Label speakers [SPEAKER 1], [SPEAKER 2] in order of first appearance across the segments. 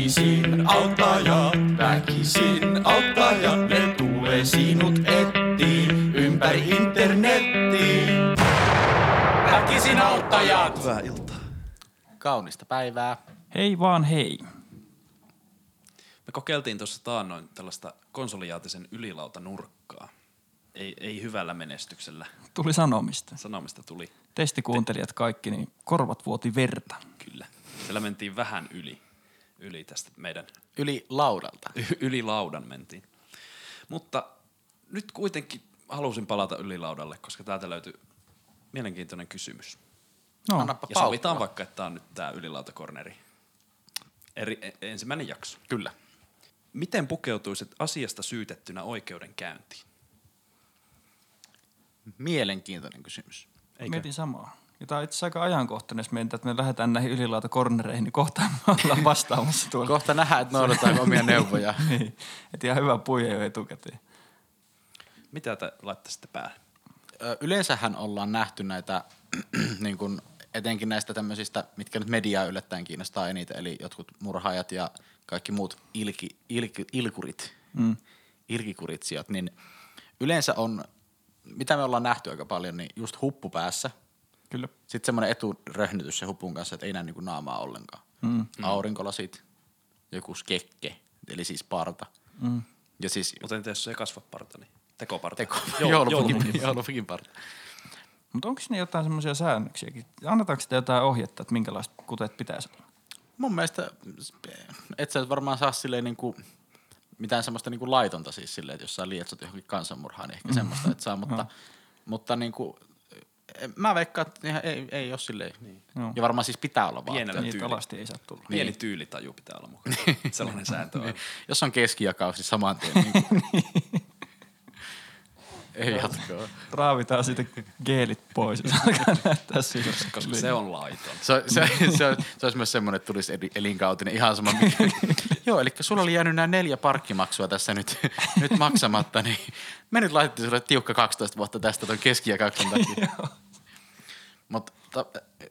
[SPEAKER 1] Väkisin auttaja, väkisin auttaja, ne tulee sinut ettiin ympäri internettiin. Väkisin auttajat!
[SPEAKER 2] Hyvää iltaa.
[SPEAKER 3] Kaunista päivää.
[SPEAKER 4] Hei vaan hei.
[SPEAKER 2] Me kokeiltiin tuossa taannoin tällaista konsoliaatisen ylilautanurkkaa. Ei, ei hyvällä menestyksellä.
[SPEAKER 4] Tuli sanomista.
[SPEAKER 2] Sanomista tuli
[SPEAKER 4] Testikuuntelijat kaikki, niin korvat vuoti verta.
[SPEAKER 2] kyllä. Siellä mentiin vähän yli, yli tästä meidän
[SPEAKER 3] Yli laudalta.
[SPEAKER 2] y- ylilaudan mentiin. Mutta nyt kuitenkin halusin palata ylilaudalle, koska täältä löytyi mielenkiintoinen kysymys.
[SPEAKER 4] No,
[SPEAKER 3] Annappa
[SPEAKER 2] Ja
[SPEAKER 3] paukkua.
[SPEAKER 2] sovitaan vaikka, että tämä on nyt tämä ylilautakorneri. Eri, e- ensimmäinen jakso.
[SPEAKER 3] Kyllä.
[SPEAKER 2] Miten pukeutuisit asiasta syytettynä oikeudenkäyntiin?
[SPEAKER 3] Mielenkiintoinen kysymys.
[SPEAKER 4] mietin samaa. Ja tämä on itse asiassa aika ajankohtainen, jos mietitään, että me lähdetään näihin ylilautakornereihin, niin kohta me ollaan vastaamassa tuolla.
[SPEAKER 3] Kohta nähdään, että noudataanko omia neuvoja.
[SPEAKER 4] niin. Että ihan hyvä puja jo etukäteen.
[SPEAKER 2] Mitä te laittaisitte päälle?
[SPEAKER 3] Ö, Yleensähän ollaan nähty näitä, niin kun, etenkin näistä tämmöisistä, mitkä nyt mediaa yllättäen kiinnostaa eniten, eli jotkut murhaajat ja kaikki muut ilki, ilki, ilkurit, mm. ilkikuritsijat, niin yleensä on, mitä me ollaan nähty aika paljon, niin just huppu päässä –
[SPEAKER 4] Kyllä.
[SPEAKER 3] Sitten semmoinen eturöhnytys se hupun kanssa, että ei näe niinku naamaa ollenkaan. Mm. Aurinkolasit, joku skekke, eli siis parta. Mm. Ja siis
[SPEAKER 2] Mutta entä jos ei kasva parta, niin tekoparta.
[SPEAKER 3] teko,
[SPEAKER 2] Joulu-
[SPEAKER 3] joulupukin,
[SPEAKER 2] joulupukin.
[SPEAKER 3] joulupukin parta.
[SPEAKER 4] Mutta onko ne jotain semmoisia säännöksiäkin? Annetaanko sitä jotain ohjetta, että minkälaiset kuteet pitäisi olla?
[SPEAKER 3] Mun mielestä et sä nyt varmaan saa silleen niinku mitään semmoista niinku laitonta siis silleen, että jos sä lietsot johonkin kansanmurhaan, niin
[SPEAKER 2] Mm.
[SPEAKER 3] ehkä semmoista et saa, mutta, mutta niinku, en- mä veikkaan, että ihan ei, ei ole silleen. Niin.
[SPEAKER 4] Joo.
[SPEAKER 3] Ja varmaan siis pitää olla vaan.
[SPEAKER 2] Pienellä
[SPEAKER 4] Niitä
[SPEAKER 2] tyyli.
[SPEAKER 4] alasti ei saa tulla.
[SPEAKER 2] Pieni tyylitaju pitää olla mukana. Sellainen sääntö on.
[SPEAKER 3] Jos on keskijakaus, niin saman tien. Niin kuin. Ei jatkoa.
[SPEAKER 4] Raavitaan siitä geelit pois, jos alkaa näyttää siltä.
[SPEAKER 2] Koska se on laiton.
[SPEAKER 3] Se, se, se, on- se olisi myös semmoinen, että tulisi eli- elinkautinen ihan sama. mikä- Joo, eli sulla oli jäänyt nämä neljä parkkimaksua tässä nyt, nyt maksamatta, niin me nyt laitettiin sulle tiukka 12 vuotta tästä ton keskiakauksen takia. Mutta ta,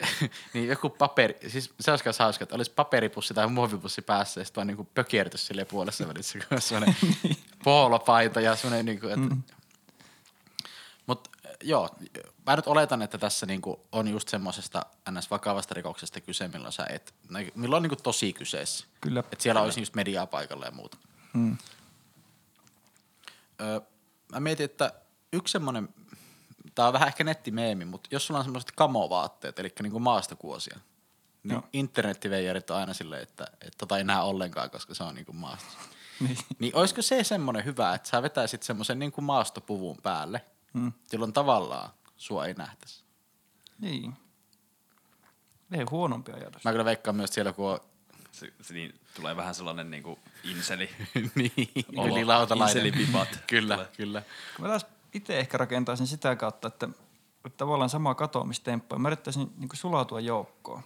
[SPEAKER 3] niin joku paperi, siis se olisi myös hauska, että olisi paperipussi tai muovipussi päässä ja sitten vaan niinku pökerty sille puolessa välissä, kun olisi semmoinen poolopaita ja semmoinen niinku, että... Mm. Mutta joo, mä nyt oletan, että tässä niinku on just semmoisesta ns. vakavasta rikoksesta kyse, milloin sä et, nä- milloin on niinku tosi kyseessä.
[SPEAKER 4] Kyllä.
[SPEAKER 3] Että siellä olisi just mediaa paikalla ja muuta. Öö, mä mietin, että yksi semmoinen, tää on vähän ehkä nettimeemi, mutta jos sulla on semmoiset kamovaatteet, eli niinku maastokuosia, niin
[SPEAKER 4] Joo.
[SPEAKER 3] internettiveijarit on aina silleen, että, että tota ei näe ollenkaan, koska se on niinku maastossa.
[SPEAKER 4] Niin.
[SPEAKER 3] Niin olisiko se semmoinen hyvä, että sä vetäisit semmoisen niinku maastopuvun päälle,
[SPEAKER 2] Mm.
[SPEAKER 3] hmm. jolloin tavallaan sua ei nähtäisi?
[SPEAKER 4] Niin. Ei huonompi ajatus.
[SPEAKER 3] Mä kyllä veikkaan myös siellä, kun on
[SPEAKER 2] Se, se niin, tulee vähän sellainen niin kuin inseli.
[SPEAKER 3] niin,
[SPEAKER 2] Olo.
[SPEAKER 3] ylilautalainen.
[SPEAKER 2] Inselipipat.
[SPEAKER 3] kyllä,
[SPEAKER 2] Tulee.
[SPEAKER 3] kyllä.
[SPEAKER 4] Mä taas itse ehkä rakentaisin sitä kautta, että että tavallaan sama katoamistemppu. ja Mä yrittäisin niin sulautua joukkoon.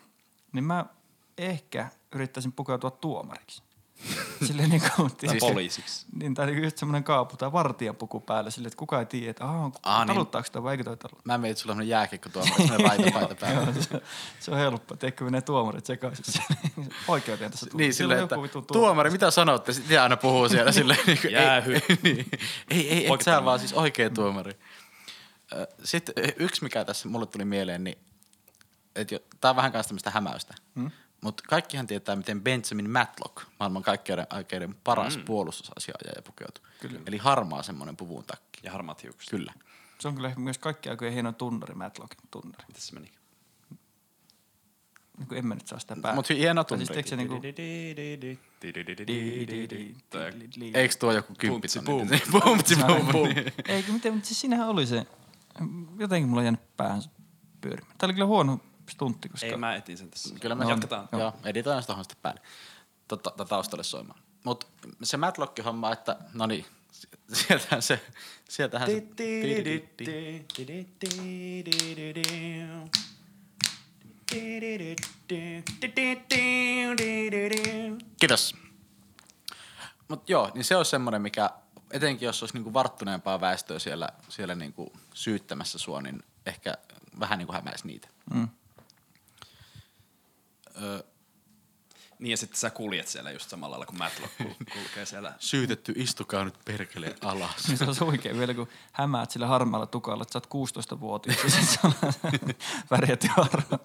[SPEAKER 4] Niin mä ehkä yrittäisin pukeutua tuomariksi. Silleen niin kuin,
[SPEAKER 3] Siis
[SPEAKER 2] Tai poliisiksi.
[SPEAKER 4] Niin, tai niinku just semmoinen kaapu tai vartijapuku päällä sille, että kukaan ei tiedä, että aah,
[SPEAKER 3] Aa,
[SPEAKER 4] ah,
[SPEAKER 3] niin.
[SPEAKER 4] taluttaako niin. sitä vai eikö toi talu.
[SPEAKER 3] Mä mietin, että sulla on semmoinen jääkiekko tuolla, semmoinen raitapaita päällä.
[SPEAKER 4] Joo, se, se, on helppo, teikö menee tuomarit sekaisin. Oikeuteen tässä tulee.
[SPEAKER 3] Niin,
[SPEAKER 4] Siellä on
[SPEAKER 3] silleen, että
[SPEAKER 4] joku vitun tuomari.
[SPEAKER 3] tuomari, mitä sanotte? Sitten aina puhuu siellä silleen. Niin kuin,
[SPEAKER 2] Jäähy.
[SPEAKER 3] Ei, niin, ei, ei et
[SPEAKER 2] Oikein
[SPEAKER 3] sä
[SPEAKER 2] tuomari.
[SPEAKER 3] vaan siis oikea tuomari. Ö, Sitten ö, yksi, mikä tässä mulle tuli mieleen, niin että tämä on vähän kanssa tämmöistä hämäystä. Hmm? Mutta kaikkihan tietää, miten Benjamin Matlock, maailman kaikkeuden aikeiden paras mm. puolustusasiaajaja pukeutui. Kyllä. Eli harmaa semmoinen puvun takki.
[SPEAKER 2] Ja harmaat hiukset.
[SPEAKER 3] Kyllä.
[SPEAKER 4] Se on kyllä myös kaikki aikojen hieno tunnari, Matlockin tunnari.
[SPEAKER 2] Mitäs se meni?
[SPEAKER 4] Niin kuin en mä nyt saa sitä päälle.
[SPEAKER 3] Mut hy- hieno
[SPEAKER 4] Tai Siis
[SPEAKER 3] tunnari.
[SPEAKER 4] teikö se niinku
[SPEAKER 2] Di-di-di-di-di, di-di-di-di-di-di. Toi
[SPEAKER 3] Eikö tuo joku
[SPEAKER 2] Pumpsi
[SPEAKER 3] kymppitonni?
[SPEAKER 2] boom.
[SPEAKER 3] Niin. Pumpsi boom.
[SPEAKER 4] Eikö, miten, mutta siis siinähän oli se, jotenkin mulla on jäänyt päähän se pyörimään. Tämä oli kyllä huono stuntti, koska
[SPEAKER 2] Ei, mä etin sen tässä.
[SPEAKER 3] Kyllä me
[SPEAKER 2] No, jatketaan.
[SPEAKER 3] Joo, editoidaan sitä sitten päälle. Totta, tai taustalle soimaan. Mutta se Matlock-homma, että no niin, si- sieltähän se, sieltähän se. Kiitos. Mutta joo, niin se olisi semmoinen, mikä etenkin jos olisi niinku varttuneempaa väestöä siellä, siellä niinku syyttämässä sua, niin ehkä vähän niinku hämäisi niitä. Mm. Öö,
[SPEAKER 2] Niin ja sitten sä kuljet siellä just samalla lailla kuin Matlock kul- kulkee siellä.
[SPEAKER 3] Syytetty, istukaa nyt perkeleen alas.
[SPEAKER 4] Niin se on oikein vielä, kun hämäät sillä harmaalla tukalla, että sä oot 16-vuotias ja sit sä värjäät harmaa.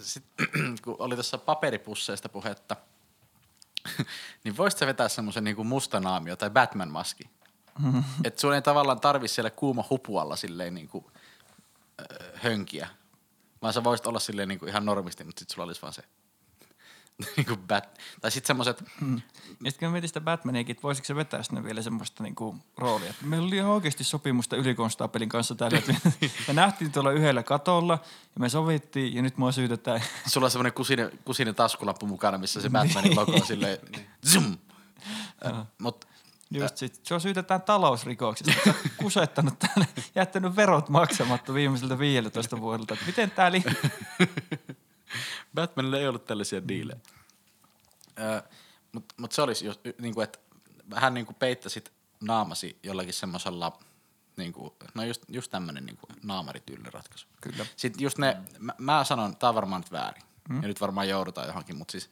[SPEAKER 3] Sit, kun oli tuossa paperipusseista puhetta, niin voisit sä vetää semmoisen niinku musta naamio tai Batman-maski? Että sun ei tavallaan tarvi siellä kuuma hupualla silleen niinku, öö, hönkiä, vaan sä voisit olla silleen niinku ihan normisti, mutta sit sulla olisi vaan se niinku bat, tai sit semmoset,
[SPEAKER 4] Ja sitten kun mietin sitä Batmaniakin, että voisiko se vetää sinne vielä semmoista niinku roolia. että Meillä oli ihan oikeasti sopimusta ylikonstaapelin kanssa tällä. että Me nähtiin tuolla yhdellä katolla ja me sovittiin ja nyt mua syytetään.
[SPEAKER 3] sulla on semmonen kusinen, kusinen taskulappu mukana, missä se Batmanin logo on silleen, zoom! Mut
[SPEAKER 4] Just sit. Se on syytetään talousrikoksista. Sä oot kusettanut tänne, jättänyt verot maksamatta viimeiseltä 15 vuodelta. Että Miten tää li...
[SPEAKER 3] Siis Batmanilla ei ollut tällaisia diilejä. Mutta mut se olisi, jos, niin kuin, että vähän niin kuin peittäisit naamasi jollakin semmoisella, niin kuin, no just, just tämmöinen niin naamarityylinen ratkaisu. Kyllä. Sitten just ne, mä, mä sanon, tämä on varmaan nyt väärin, mm. ja nyt varmaan joudutaan johonkin, mutta siis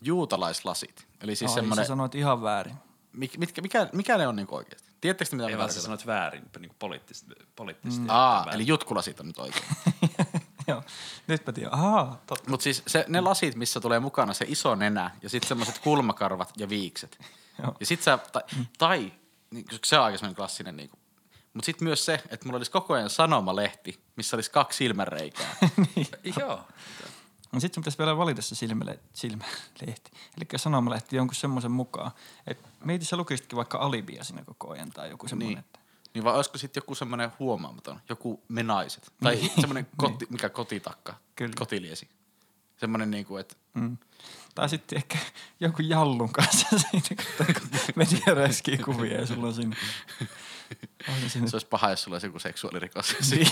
[SPEAKER 3] juutalaislasit, eli siis
[SPEAKER 4] Siis semmoinen...
[SPEAKER 3] no, semmoinen,
[SPEAKER 4] Sä sanoit ihan väärin.
[SPEAKER 3] mik, mitkä, mikä, mikä ne on niin oikeasti? Tiedättekö te, mitä
[SPEAKER 2] Ei
[SPEAKER 3] mä
[SPEAKER 2] vaan sä
[SPEAKER 3] tarkoitan?
[SPEAKER 2] sanoit väärin, niin poliittisesti. poliittisesti
[SPEAKER 3] Aa, eli jutkulasit on nyt oikein.
[SPEAKER 4] Joo. Nyt mä tiedän. Ahaa, totta.
[SPEAKER 3] Mutta siis se, ne lasit, missä tulee mukana se iso nenä ja sitten semmoiset kulmakarvat ja viikset.
[SPEAKER 4] Joo.
[SPEAKER 3] ja sit sä, tai, tai niin, koska se on aika semmoinen klassinen niinku. Mutta sitten myös se, että mulla olisi koko ajan sanomalehti, missä olisi kaksi silmänreikää.
[SPEAKER 2] Joo.
[SPEAKER 4] niin. No sitten sun pitäisi vielä valita se silmäle- silmälehti. Eli sanomalehti jonkun semmoisen mukaan. Et mieti sä lukisitkin vaikka alibia siinä koko ajan tai joku semmoinen.
[SPEAKER 3] niin.
[SPEAKER 4] Niin.
[SPEAKER 3] niin vai olisiko sitten joku semmoinen huomaamaton, joku menaiset. Tai semmoinen koti, mikä kotitakka,
[SPEAKER 4] Niin. Kyllä.
[SPEAKER 3] kotiliesi. Semmoinen niinku, että
[SPEAKER 4] Mm. Tai sitten ehkä joku jallun kanssa siitä, kun media räskii kuvia ja sulla on siinä. On siinä.
[SPEAKER 3] se olisi paha, jos sulla olisi joku seksuaalirikos.
[SPEAKER 4] Niin.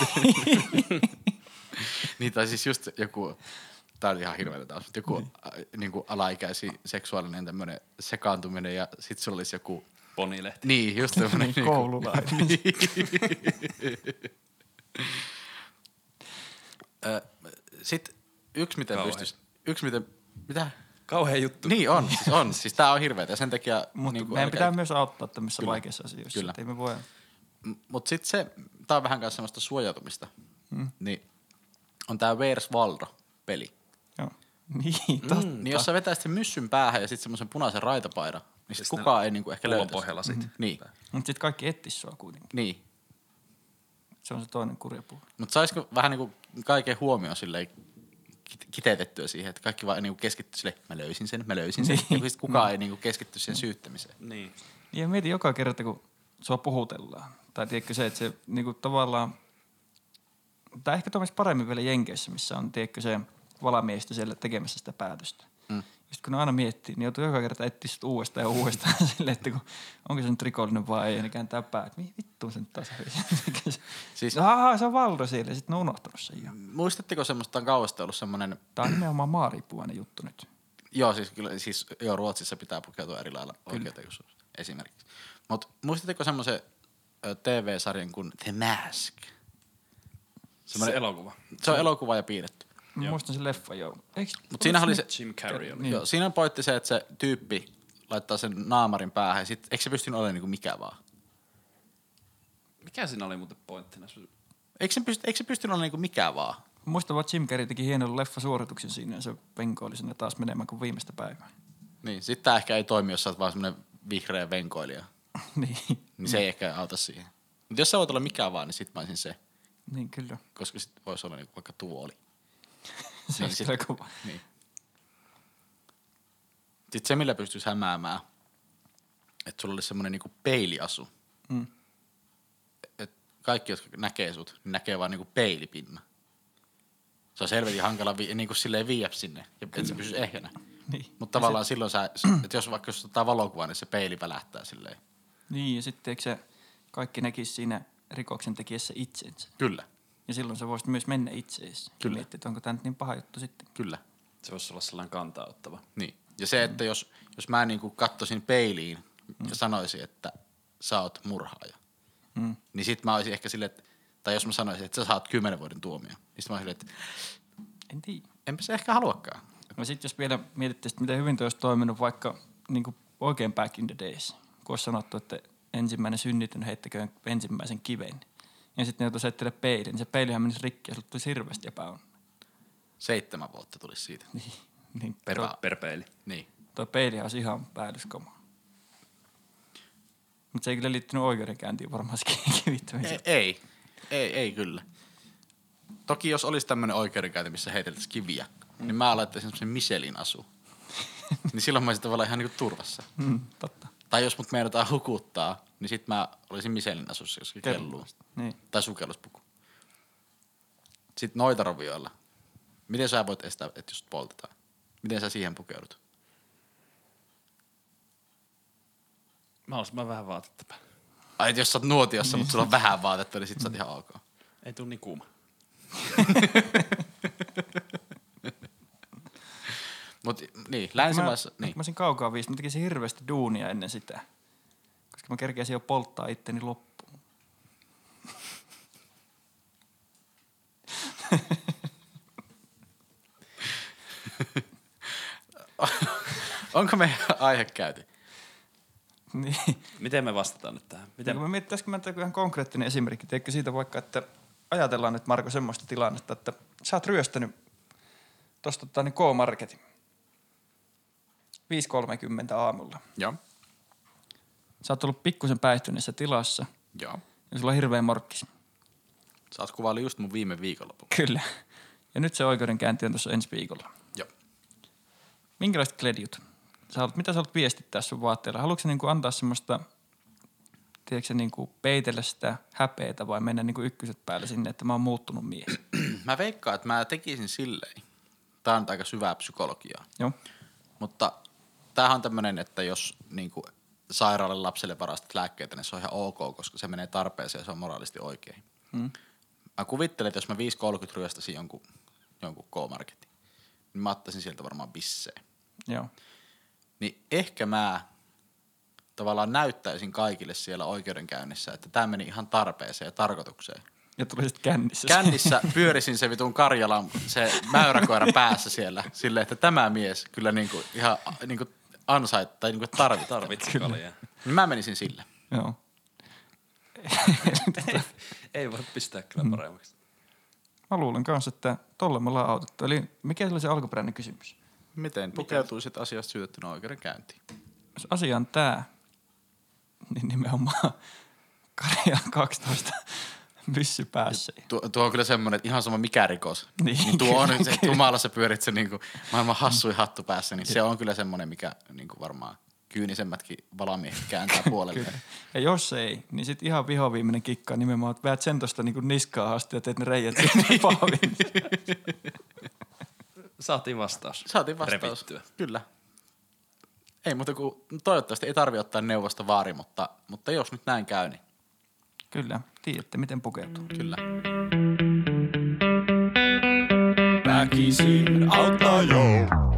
[SPEAKER 3] Niin, tai siis just joku, tää on ihan hirveetä taas, mutta joku niin. niinku alaikäisi seksuaalinen tämmönen sekaantuminen ja sit sulla olisi joku,
[SPEAKER 2] Ponilehti.
[SPEAKER 3] niin just tämmönen
[SPEAKER 4] Niin, koululainen.
[SPEAKER 3] Ö, sit yksi miten
[SPEAKER 2] Kauhean.
[SPEAKER 3] pystyis, yksi miten, mitä?
[SPEAKER 2] Kauhea juttu.
[SPEAKER 3] Niin on, siis on, siis tää on hirveetä ja sen takia.
[SPEAKER 4] Mutta
[SPEAKER 3] niinku
[SPEAKER 4] meidän
[SPEAKER 3] älkää-
[SPEAKER 4] pitää myös auttaa tämmöisissä
[SPEAKER 3] Kyllä.
[SPEAKER 4] vaikeissa asioissa.
[SPEAKER 3] Kyllä.
[SPEAKER 4] Kyllä. Ei me voi...
[SPEAKER 3] Mutta sitten se, tämä on vähän myös semmoista suojautumista, mm. niin on tämä Where's Waldo-peli.
[SPEAKER 4] Joo. Niin, totta.
[SPEAKER 3] Mm, niin jos sä vetäisit sen myssyn päähän ja sitten semmoisen punaisen raitapaidan, niin sit
[SPEAKER 2] Ja sit
[SPEAKER 3] kukaan ei niinku ehkä
[SPEAKER 2] pullon
[SPEAKER 3] löytäisi.
[SPEAKER 2] Siis pohjalla sit.
[SPEAKER 3] Niin,
[SPEAKER 4] Mutta sitten kaikki etsis sua kuitenkin.
[SPEAKER 3] niin.
[SPEAKER 4] Se on se toinen kurjapuoli.
[SPEAKER 3] Mutta saisiko vähän niinku kaiken huomioon silleen kit- kiteytettyä siihen, että kaikki vaan niinku keskittyy sille, mä löysin sen, mä löysin sen.
[SPEAKER 4] Niin.
[SPEAKER 3] Ja sit kukaan ei niinku keskitty siihen syyttämiseen.
[SPEAKER 2] Niin.
[SPEAKER 4] Ja mieti joka kerta, kun sua puhutellaan. Tai tiedätkö se, että se niinku tavallaan... Tai ehkä toimisi paremmin vielä Jenkeissä, missä on, tiedätkö se, valamiehistö siellä tekemässä sitä päätöstä. Mm. Sitten kun ne aina miettii, niin joutuu joka kerta etsiä sitä uudestaan ja uudestaan silleen, että kun, onko se nyt rikollinen vai ei, ja ne kääntää päät. Mi- vittu se nyt taas oli.
[SPEAKER 3] Siis-
[SPEAKER 4] siis... Ahaa, se on Valdo siellä, ja sitten ne on unohtanut sen jo.
[SPEAKER 3] Muistatteko semmoista, on kauasta ollut semmoinen,
[SPEAKER 4] Tämä on nimenomaan maaripuvainen juttu nyt.
[SPEAKER 3] joo siis kyllä, siis joo Ruotsissa pitää pukeutua eri lailla oikeutetuisuus esimerkiksi. Mutta muistatteko semmoisen ö, TV-sarjan kuin The Mask?
[SPEAKER 2] Semmoinen elokuva.
[SPEAKER 3] Se on elokuva ja piirretty.
[SPEAKER 4] Mä muistan sen leffan jo. Eiks-
[SPEAKER 3] Mutta siinähän oli se,
[SPEAKER 2] Jim Carrey oli.
[SPEAKER 4] Niin.
[SPEAKER 3] Joo, siinä on pointti se, että se tyyppi laittaa sen naamarin päähän ja sit, eikö se pystynyt olemaan niinku mikä vaan?
[SPEAKER 2] Mikä siinä oli muuten pointtina? Se-
[SPEAKER 3] Eikö se, pyst, eikö se pystynyt olemaan niinku mikä vaan?
[SPEAKER 4] Muistan vaan, että Jim Carrey teki hienon leffasuorituksen siinä ja se venko oli sinne taas menemään kuin viimeistä päivää.
[SPEAKER 3] Niin, sit tää ehkä ei toimi, jos sä oot vaan semmonen vihreä venkoilija.
[SPEAKER 4] niin,
[SPEAKER 3] Niin se ei ehkä auta siihen. Mutta jos sä voit olla mikä vaan, niin sit mä olisin se.
[SPEAKER 4] niin kyllä.
[SPEAKER 3] Koska sit voisi olla niinku vaikka tuoli.
[SPEAKER 4] Se on
[SPEAKER 3] Niin,
[SPEAKER 4] kyllä kova.
[SPEAKER 3] Niin. Sit se, millä pystyisi hämäämään, että sulla olisi semmoinen niinku peiliasu.
[SPEAKER 4] Mm.
[SPEAKER 3] Et kaikki, jotka näkee sut, niin näkee vaan niinku peilipinnan. Se on selvästi hankala vi- niinku silleen viiä sinne, ja et sä pysyisi ehjänä.
[SPEAKER 4] Niin.
[SPEAKER 3] Mutta tavallaan silloin sä, että jos vaikka jos ottaa valokuva, niin se peili välähtää silleen.
[SPEAKER 4] Niin, ja sitten eikö se kaikki näkisi siinä rikoksen tekijässä itsensä.
[SPEAKER 3] Kyllä,
[SPEAKER 4] Ja silloin sä voisit myös mennä itseesi.
[SPEAKER 3] Kyllä.
[SPEAKER 4] Miettiä, että onko tämä nyt niin paha juttu sitten.
[SPEAKER 3] kyllä.
[SPEAKER 2] Se voisi olla sellainen kantaa ottava.
[SPEAKER 3] Niin. Ja se, että jos, jos mä niinku kattosin peiliin ja sanoisin, että sä oot murhaaja,
[SPEAKER 4] Mm.
[SPEAKER 3] niin sit mä olisin ehkä silleen, että, tai jos mä sanoisin, että sä saat kymmenen vuoden tuomio, niin sit mä olisin silleen, että
[SPEAKER 4] En tiedä.
[SPEAKER 3] enpä se ehkä haluakaan.
[SPEAKER 4] No sitten jos vielä mietitte, että miten hyvin toi olisi toiminut vaikka niin kuin oikein back in the days, kun olisi sanottu, että ensimmäinen synnityn heittäköön ensimmäisen kiven. Ja sitten ne joutuisi heittelemään peilin, niin se peilihän menisi rikki ja sulla tulisi hirveästi epäonnea.
[SPEAKER 3] Seitsemän vuotta tulisi siitä.
[SPEAKER 4] Niin, niin
[SPEAKER 3] Per-
[SPEAKER 4] tuo,
[SPEAKER 2] Perpeili.
[SPEAKER 3] Niin.
[SPEAKER 4] tuo peilihän olisi ihan päädyskoma. Mutta se ei kyllä liittynyt oikeudenkäyntiin varmaan se kivittämiseen.
[SPEAKER 3] Ei, ei, ei, ei kyllä. Toki jos olisi tämmöinen oikeudenkäynti, missä heiteltäisiin kiviä, mm. niin mä laittaisin semmoisen Michelin asu. niin silloin mä olisin tavallaan ihan niinku turvassa.
[SPEAKER 4] Mm, totta.
[SPEAKER 3] Tai jos mut meinataan hukuttaa, niin sit mä olisin Michelin asussa, koska kelluu.
[SPEAKER 4] Niin.
[SPEAKER 3] Tai sukelluspuku. Sitten noita rovioilla. Miten sä voit estää, että just poltetaan? Miten sä siihen pukeudut?
[SPEAKER 2] Mä olisin mä vähän vaatetta päällä.
[SPEAKER 3] Ai, et jos sä oot nuotiossa, mutta sulla on vähän vaatetta, niin sit sä oot ihan ok.
[SPEAKER 2] Ei tule niin kuuma.
[SPEAKER 3] Mut niin, länsimaissa,
[SPEAKER 4] mä,
[SPEAKER 3] niin.
[SPEAKER 4] Mä olisin kaukaa viisi, mä tekisin hirveästi duunia ennen sitä. Koska mä kerkeäisin jo polttaa itteni loppuun.
[SPEAKER 3] Onko me aihe käyty?
[SPEAKER 4] Niin.
[SPEAKER 2] Miten me vastataan nyt tähän? Miten?
[SPEAKER 4] Miten? Niin,
[SPEAKER 3] Niin,
[SPEAKER 4] Mä mietin, pitäisikö mä antaa joku ihan konkreettinen esimerkki. Teikö siitä vaikka, että ajatellaan nyt Marko semmoista tilannetta, että sä oot ryöstänyt tuosta tota, niin K-Marketin 5.30 aamulla.
[SPEAKER 3] Joo.
[SPEAKER 4] Sä oot ollut pikkusen päihtyneessä tilassa
[SPEAKER 3] Joo.
[SPEAKER 4] ja sulla on hirveä morkkis.
[SPEAKER 3] Sä oot kuvaillut just mun viime viikonlopun.
[SPEAKER 4] Kyllä. Ja nyt se oikeudenkäynti on tuossa ensi viikolla.
[SPEAKER 3] Joo.
[SPEAKER 4] Minkälaiset kledjut? Sä haluat, mitä sä haluat viestittää sun vaatteella? Haluatko sä niinku antaa semmoista, tiedätkö sä niinku peitellä sitä häpeitä vai mennä niinku ykköset päälle sinne, että mä oon muuttunut mies?
[SPEAKER 3] Mä veikkaan, että mä tekisin silleen. Tää on nyt aika syvää psykologiaa.
[SPEAKER 4] Joo.
[SPEAKER 3] Mutta tämähän on tämmöinen, että jos niin kuin, sairaalle lapselle varastat lääkkeitä, niin se on ihan ok, koska se menee tarpeeseen ja se on moraalisti oikein. Mm. Mä kuvittelen, että jos mä 5.30 ryöstäisin jonkun, jonkun K-marketin, niin mä ottaisin sieltä varmaan bisseen.
[SPEAKER 4] Joo.
[SPEAKER 3] Niin ehkä mä tavallaan näyttäisin kaikille siellä oikeudenkäynnissä, että tämä meni ihan tarpeeseen ja tarkoitukseen.
[SPEAKER 4] Ja tuli sitten kännissä.
[SPEAKER 3] Kännissä pyörisin se vitun Karjalan se mäyräkoira päässä siellä silleen, että tämä mies kyllä niinku ihan niinku ansait tai niinku tarvitsee.
[SPEAKER 2] Tarvitsi kaljaa.
[SPEAKER 3] Niin mä menisin sillä.
[SPEAKER 4] Joo.
[SPEAKER 2] Ei voi pistää kyllä paremmaksi.
[SPEAKER 4] Mä luulen kanssa, että tolle me ollaan autettu. Eli mikä se oli se alkuperäinen kysymys?
[SPEAKER 3] Miten pukeutuisit asiasta syytettynä oikeudenkäyntiin?
[SPEAKER 4] Jos asia on tää, niin nimenomaan Karja 12 pyssy päässä.
[SPEAKER 3] Tuo, tuo on kyllä semmoinen, että ihan sama mikä rikos.
[SPEAKER 4] Niin,
[SPEAKER 3] Niin, niin tuo on nyt se, että jumalassa pyörit se niinku maailman hassuin hattu päässä, niin se on kyllä semmoinen, mikä niinku varmaan kyynisemmätkin valamiehet kääntää puolelle.
[SPEAKER 4] Ja jos ei, niin sit ihan vihoviimeinen kikka on nimenomaan, että väät sen tosta niinku niskaa asti ja teet ne reijät sinne pahviin.
[SPEAKER 2] Saatiin vastaus.
[SPEAKER 3] Saatiin vastaus.
[SPEAKER 2] Revittyä.
[SPEAKER 3] Kyllä. Ei muuta kuin, toivottavasti ei tarvi ottaa neuvosta vaari, mutta, mutta jos nyt näin käy, niin
[SPEAKER 4] Kyllä, tiedätte miten pukeutuu.
[SPEAKER 3] kyllä.
[SPEAKER 1] Väkisin auttaa jo.